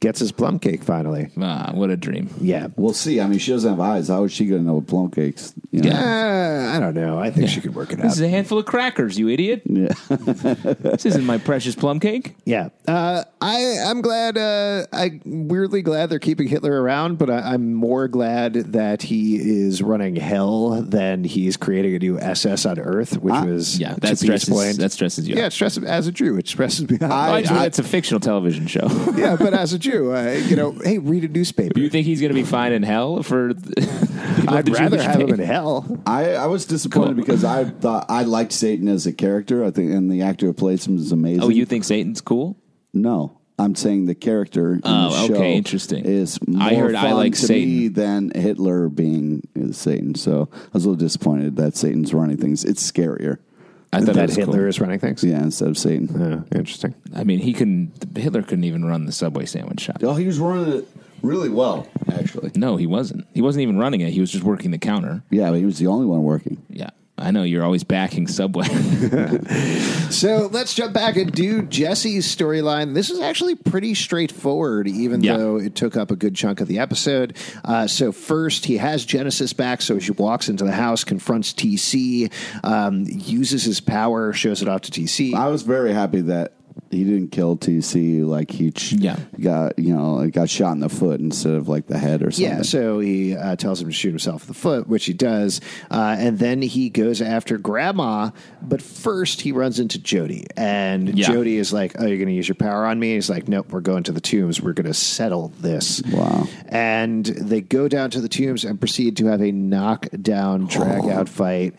Speaker 2: Gets his plum cake finally.
Speaker 3: Ah, what a dream!
Speaker 2: Yeah.
Speaker 4: We'll see. I mean, she doesn't have eyes. How is she going to know what plum cakes? You know?
Speaker 2: Uh, I don't know. I think she could work it out.
Speaker 3: This is a handful of crackers, you idiot. this isn't my precious plum cake.
Speaker 2: Yeah, uh, I I'm glad. Uh, I weirdly glad they're keeping Hitler around, but I, I'm more glad that he is running hell than he's creating a new SS on Earth, which was
Speaker 3: Ah, Yeah,
Speaker 2: to be
Speaker 3: that stresses,
Speaker 2: explained.
Speaker 3: that stresses you.
Speaker 2: yeah,
Speaker 3: Yeah,
Speaker 2: it stresses as a Jew. It stresses me out.
Speaker 3: it's a fictional television show.
Speaker 2: yeah, but as a Jew, uh, you know, hey, read a newspaper.
Speaker 3: you think he's going to be fine in hell for?
Speaker 2: I'd rather have him in hell.
Speaker 4: I, I was disappointed because I thought I liked Satan as a character. I think, and the actor who plays him is amazing.
Speaker 3: Oh, you think Satan's cool?
Speaker 4: No, I'm saying the character. In
Speaker 3: Oh, okay,
Speaker 4: the show
Speaker 3: interesting.
Speaker 4: Is more
Speaker 3: I heard
Speaker 4: fun
Speaker 3: I like
Speaker 4: to
Speaker 3: Satan.
Speaker 4: me than Hitler being Satan. So I was a little disappointed that Satan's running things. It's scarier.
Speaker 3: I thought it
Speaker 2: That
Speaker 3: was
Speaker 2: Hitler
Speaker 3: Hitler.
Speaker 2: is running things.
Speaker 4: Yeah, instead of Satan.
Speaker 2: Yeah, interesting.
Speaker 3: I mean, he couldn't. Hitler couldn't even run the subway sandwich shop.
Speaker 4: Oh, he was running it really well, actually.
Speaker 3: No, he wasn't. He wasn't even running it. He was just working the counter.
Speaker 4: Yeah, but he was the only one working.
Speaker 3: Yeah, I know you're always backing Subway.
Speaker 2: So let's jump back and do Jesse's storyline. This is actually pretty straightforward, even
Speaker 3: Yeah.
Speaker 2: though it took up a good chunk of the episode. Uh, so first, he has Genesis back, so she walks into the house, confronts TC, um, uses his power, shows it off to TC.
Speaker 4: I was very happy that he didn't kill TC. Like he ch-
Speaker 3: Yeah.
Speaker 4: got you know like, got shot in the foot instead of like the head or something.
Speaker 2: Yeah, so he uh, tells him to shoot himself in the foot, which he does, uh, and then he goes after Grandma. But first, he runs into Jody, and
Speaker 3: Yeah.
Speaker 2: Jody is like, "Oh, you're going to use your power on me?" He's like, "Nope, we're going to the tombs. We're going to settle this."
Speaker 4: Wow.
Speaker 2: And they go down to the tombs and proceed to have a knockdown, drag out fight.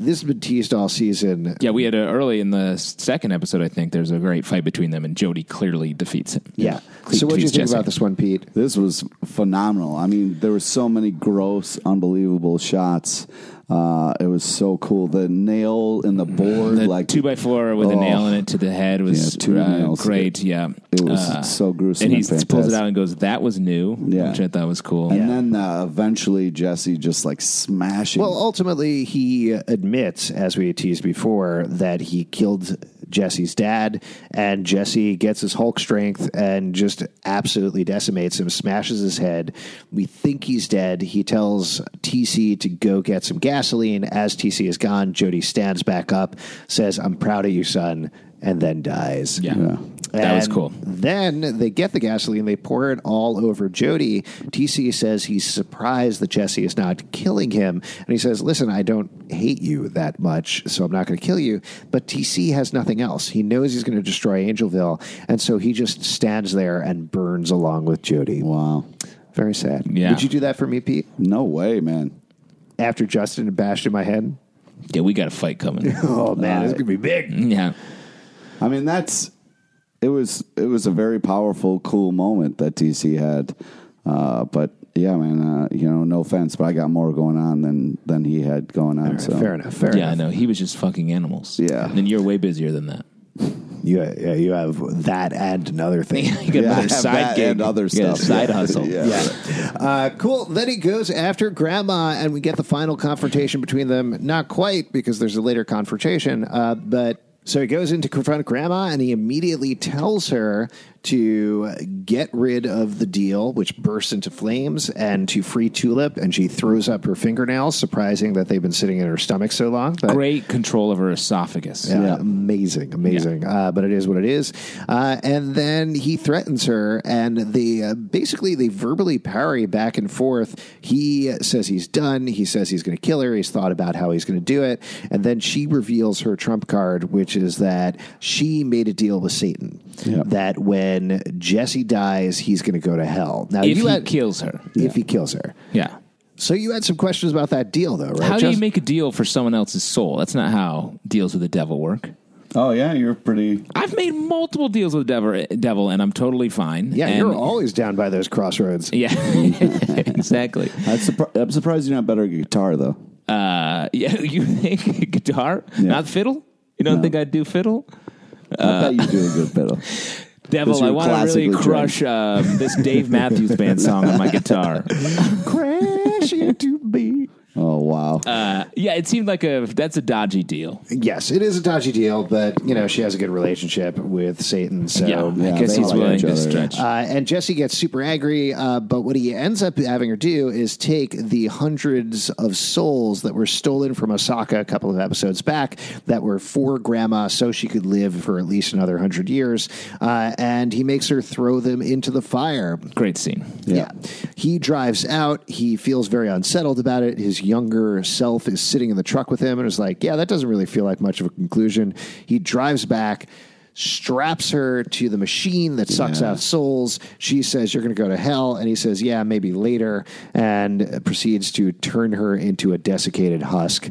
Speaker 2: this has been teased all season.
Speaker 3: Yeah, we had a, early in the second episode, I think, there's a great fight between them, and Jody clearly defeats him.
Speaker 2: Yeah. So what do you
Speaker 3: Defeats
Speaker 2: think
Speaker 3: Jesse.
Speaker 2: about this one, Pete?
Speaker 4: This was phenomenal. I mean, there were so many gross, unbelievable shots. Uh, it was so cool. The nail in the board,
Speaker 3: The
Speaker 4: like
Speaker 3: two by four with a
Speaker 4: Oh.
Speaker 3: nail in it to the head was
Speaker 4: Yeah, two
Speaker 3: uh,
Speaker 4: nails.
Speaker 3: great. yeah, Uh,
Speaker 4: It was so gruesome
Speaker 3: And he
Speaker 4: and
Speaker 3: pulls it
Speaker 4: fantastic.
Speaker 3: out and goes, "That was new,"
Speaker 4: Yeah.
Speaker 3: which I thought was cool.
Speaker 4: And then uh, eventually Jesse just like smashing.
Speaker 2: Well, ultimately, he admits, as we teased before, that he killed Jesse's dad, and Jesse gets his Hulk strength and just absolutely decimates him, smashes his head. We think he's dead. He tells TC to go get some gasoline. As TC is gone, Jody stands back up, says, I'm proud of you, son, and then dies.
Speaker 3: Yeah. That was
Speaker 2: And
Speaker 3: cool.
Speaker 2: Then they get the gasoline, they pour it all over Jody. TC says he's surprised that Jesse is not killing him. And he says, Listen, I don't hate you that much, so I'm not going to kill you. But TC has nothing else. He knows he's going to destroy Angelville. And so he just stands there and burns along with Jody.
Speaker 4: wow.
Speaker 2: Very sad.
Speaker 3: Yeah.
Speaker 2: Would you do that for me, Pete?
Speaker 4: No way, man.
Speaker 2: After Justin bashed in my head?
Speaker 3: Yeah, we got a fight coming.
Speaker 2: Oh, man, it's going to be big.
Speaker 3: yeah,
Speaker 4: I mean, that's it was it was a very powerful, cool moment that TC had. Uh, but yeah, man, uh, you know, no offense, but I got more going on than than he had going on. so
Speaker 2: Fair enough. Fair
Speaker 3: yeah, I
Speaker 2: enough.
Speaker 3: know. He was just fucking animals.
Speaker 4: Yeah.
Speaker 3: and you're way busier than that.
Speaker 2: You, yeah, you have that and another thing.
Speaker 3: you got
Speaker 4: Yeah, I
Speaker 3: another
Speaker 4: have
Speaker 3: side
Speaker 4: that
Speaker 3: gig,
Speaker 4: and other
Speaker 3: You got a
Speaker 4: stuff.
Speaker 3: side
Speaker 4: Yeah.
Speaker 3: hustle.
Speaker 4: Yeah.
Speaker 2: Yeah. Uh, cool. Then he goes after Grandma, and we get the final confrontation between them. Not quite, because there's a later confrontation, uh, but. So he goes in to confront Grandma, and he immediately tells her to get rid of the deal, which bursts into flames, and to free Tulip. And she throws up her fingernails, surprising that they've been sitting in her stomach so long. But
Speaker 3: Great control of her esophagus.
Speaker 2: yeah,
Speaker 4: Yeah.
Speaker 2: amazing, amazing. Uh, but it is what it is. Uh, and then he threatens her, and they uh, basically they verbally parry back and forth. He says he's done. He says he's going to kill her. He's thought about how he's going to do it, and then she reveals her trump card, which is that she made a deal with Satan
Speaker 4: Yeah.
Speaker 2: that when Jesse dies, he's going to go to hell. Now
Speaker 3: If
Speaker 2: you
Speaker 3: he
Speaker 2: had,
Speaker 3: kills her,
Speaker 2: if he kills her.
Speaker 3: yeah.
Speaker 2: So you had some questions about that deal, though, right?
Speaker 3: How do you
Speaker 2: Justin?
Speaker 3: make a deal for someone else's soul? That's not how deals with the devil work.
Speaker 4: Oh yeah, you're pretty.
Speaker 3: I've made multiple deals with the devil, eh, devil and I'm totally fine.
Speaker 2: yeah,
Speaker 3: And-
Speaker 2: you're always down by those crossroads.
Speaker 3: Yeah, exactly.
Speaker 4: I'm, surpri- I'm surprised you're not better at guitar though.
Speaker 3: Uh, yeah, you think guitar, not fiddle? You don't
Speaker 4: No.
Speaker 3: think I'd do fiddle? Uh,
Speaker 4: I bet you do a good fiddle.
Speaker 3: Devil,
Speaker 4: you're
Speaker 3: I want to really
Speaker 4: classically
Speaker 3: crush uh, this Dave Matthews Band song on my guitar.
Speaker 2: Crash into me.
Speaker 4: Oh wow.
Speaker 3: Uh, yeah, it seemed like a that's a dodgy deal.
Speaker 2: Yes, it is a dodgy deal, but you know she has a good relationship with Satan, so
Speaker 3: yeah,
Speaker 4: yeah,
Speaker 3: I guess
Speaker 4: they
Speaker 3: he's
Speaker 4: like each
Speaker 3: willing to
Speaker 4: other.
Speaker 3: stretch.
Speaker 2: Uh, and Jesse gets super angry, uh, but what he ends up having her do is take the hundreds of souls that were stolen from Osaka a couple of episodes back that were for Grandma so she could live for at least another hundred years, uh, and he makes her throw them into the fire.
Speaker 3: Great scene.
Speaker 2: Yeah. He drives out. He feels very unsettled about it. His younger self is sitting in the truck with him and is like, Yeah, that doesn't really feel like much of a conclusion. He drives back, straps her to the machine that sucks
Speaker 4: Yeah.
Speaker 2: out souls. She says, You're going to go to hell. And he says, Yeah, maybe later. And proceeds to turn her into a desiccated husk.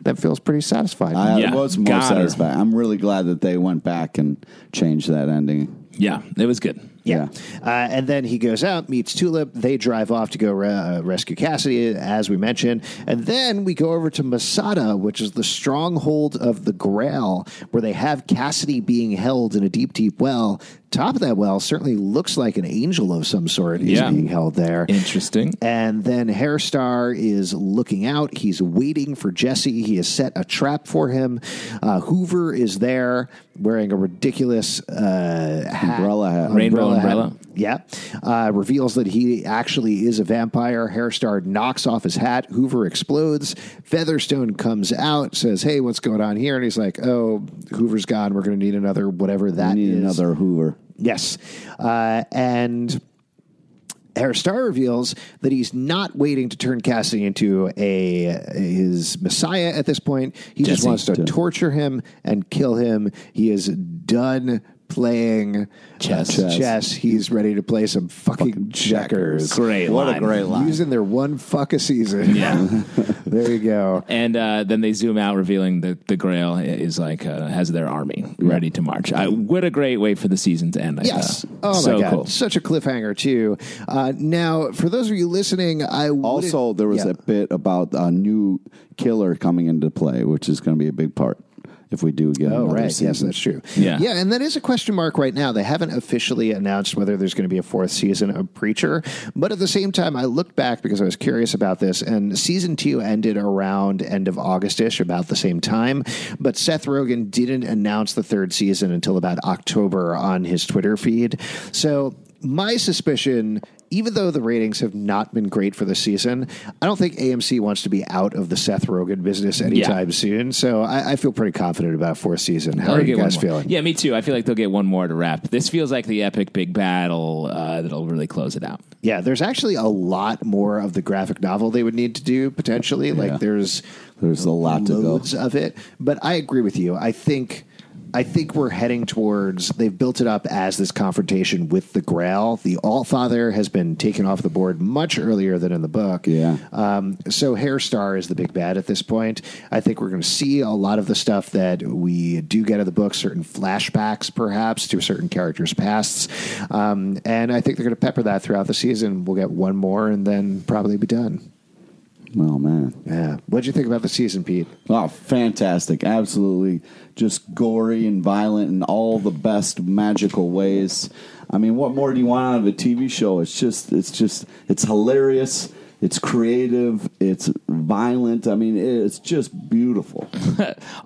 Speaker 2: That feels pretty satisfying.
Speaker 4: I
Speaker 3: yeah,
Speaker 4: was more
Speaker 3: got her.
Speaker 4: satisfied. I'm really glad that they went back and changed that ending.
Speaker 3: Yeah, it was good.
Speaker 2: Yeah.
Speaker 4: Yeah.
Speaker 2: Uh, and then he goes out, meets Tulip. They drive off to go re- uh, rescue Cassidy, as we mentioned. And then we go over to Masada, which is the stronghold of the Grail, where they have Cassidy being held in a deep, deep well. Top of that well certainly looks like an angel of some sort is
Speaker 3: Yeah.
Speaker 2: being held there.
Speaker 3: Interesting.
Speaker 2: And then Hairstar is looking out. He's waiting for Jesse. He has set a trap for him. Uh, Hoover is there wearing a ridiculous uh, hat.
Speaker 4: Umbrella hat.
Speaker 3: Rainbow
Speaker 2: hat.
Speaker 3: umbrella.
Speaker 2: Yeah. Uh, reveals that he actually is a vampire. Hairstar knocks off his hat. Hoover explodes. Featherstone comes out, says, Hey, what's going on here? And he's like, Oh, Hoover's gone. We're going to need another, whatever that
Speaker 4: I
Speaker 2: is.
Speaker 4: need another Hoover.
Speaker 2: Yes. Uh, and Hairstar reveals that he's not waiting to turn Cassidy into a his messiah at this point. He just
Speaker 3: Jesse.
Speaker 2: wants to torture him and kill him. He is done playing
Speaker 3: Chess.
Speaker 2: uh, chess. He's ready to play some fucking, checkers.
Speaker 4: checkers.
Speaker 3: Great
Speaker 4: What
Speaker 3: line.
Speaker 4: a great line.
Speaker 2: Using their one fuck a season.
Speaker 3: Yeah.
Speaker 2: there you go.
Speaker 3: And uh, then they zoom out, revealing that the Grail is like uh, has their army ready to march. I, what a great way for the season to end! I
Speaker 2: Yes.
Speaker 3: thought.
Speaker 2: Oh my
Speaker 3: so
Speaker 2: god,
Speaker 3: cool.
Speaker 2: such a cliffhanger too. Uh, now, for those of you listening, I wouldn't-
Speaker 4: Also, there was
Speaker 2: Yeah.
Speaker 4: a bit about a new killer coming into play, which is going to be a big part if we do get.
Speaker 2: Oh,
Speaker 4: another
Speaker 2: right. Yes,
Speaker 4: season.
Speaker 2: that's true.
Speaker 3: Yeah.
Speaker 2: Yeah. And that is a question mark right now. They haven't officially announced whether there's going to be a fourth season of Preacher. But at the same time, I looked back because I was curious about this. And season two ended around end of August-ish, about the same time. But Seth Rogen didn't announce the third season until about October on his Twitter feed. So my suspicion even though the ratings have not been great for the season, I don't think AMC wants to be out of the Seth Rogen business anytime soon. So I, I feel pretty confident about a fourth season. How
Speaker 3: They'll
Speaker 2: are you
Speaker 3: get
Speaker 2: guys
Speaker 3: one more.
Speaker 2: feeling?
Speaker 3: Yeah, me too. I feel like they'll get one more to wrap. This feels like the epic big battle uh, that'll really close it out.
Speaker 2: Yeah, there's actually a lot more of the graphic novel they would need to do potentially. Like there's
Speaker 4: There's a lot to go.
Speaker 2: loads of it. But I agree with you. I think I think we're heading towards they've built it up as this confrontation with the Grail. The Allfather has been taken off the board much earlier than in the book.
Speaker 4: Yeah.
Speaker 2: Um, so Hairstar is the big bad at this point. I think we're going to see a lot of the stuff that we do get of the book, certain flashbacks perhaps to certain characters' pasts, um, and I think they're going to pepper that throughout the season. We'll get one more and then probably be done.
Speaker 4: Oh man.
Speaker 2: Yeah. What would you think about the season, Pete?
Speaker 4: Oh, fantastic. Absolutely just gory and violent in all the best magical ways. I mean, what more do you want out of a TV show? It's just it's just it's hilarious. It's creative. It's violent. I mean, it's just beautiful.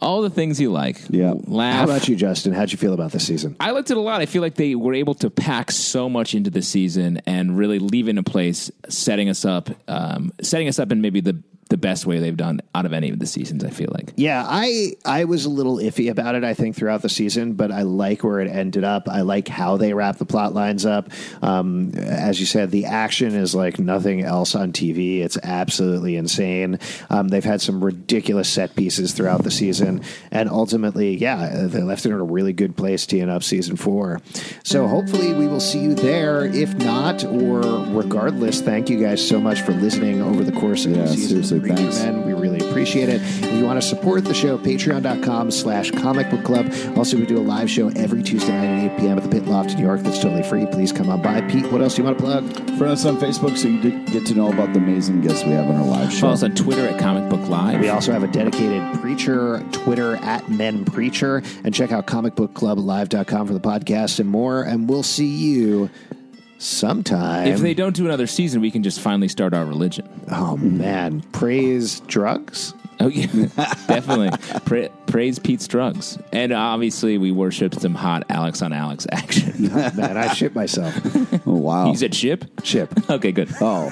Speaker 3: All the things you like.
Speaker 4: Yeah.
Speaker 3: Laugh.
Speaker 2: How about you, Justin? How'd you feel about this season?
Speaker 3: I liked it a lot. I feel like they were able to pack so much into the season and really leave in a place, setting us up, um, setting us up in maybe the the best way they've done out of any of the seasons. I feel like.
Speaker 2: Yeah, I I was a little iffy about it. I think throughout the season, but I like where it ended up. I like how they wrap the plot lines up. Um, as you said, the action is like nothing else on TV. It's absolutely insane. Um, they've had some ridiculous set pieces throughout the season, and ultimately, yeah, they left it in a really good place teeing up season four. So hopefully, we will see you there. If not, or regardless, thank you guys so much for listening over the course of
Speaker 4: Yeah,
Speaker 2: the season.
Speaker 4: seriously,
Speaker 2: Read your
Speaker 4: thanks.
Speaker 2: and we really appreciate it. If you want to support the show, patreon.com slash comic book club. Also, we do a live show every Tuesday night at 8 p.m. at the Pit Loft in New York. That's totally free. Please come on by. Pete, what else do you want to plug?
Speaker 4: Friend us on Facebook so you d- get to know about the amazing guests we have on our live show.
Speaker 3: Follow us on Twitter at Comic Book Live.
Speaker 2: We also have a dedicated preacher Twitter at Men Preacher. And check out comicbookclublive.com for the podcast and more. And we'll see you sometime.
Speaker 3: if they don't do another season, we can just finally start our religion.
Speaker 2: oh, man. Praise drugs?
Speaker 3: Oh yeah, definitely. Pra- praise Pete's drugs, and obviously we worship some hot Alex on Alex action.
Speaker 2: Man, I shit myself.
Speaker 4: Oh, wow.
Speaker 3: He's at ship.
Speaker 2: Chip.
Speaker 3: Okay, good.
Speaker 4: oh.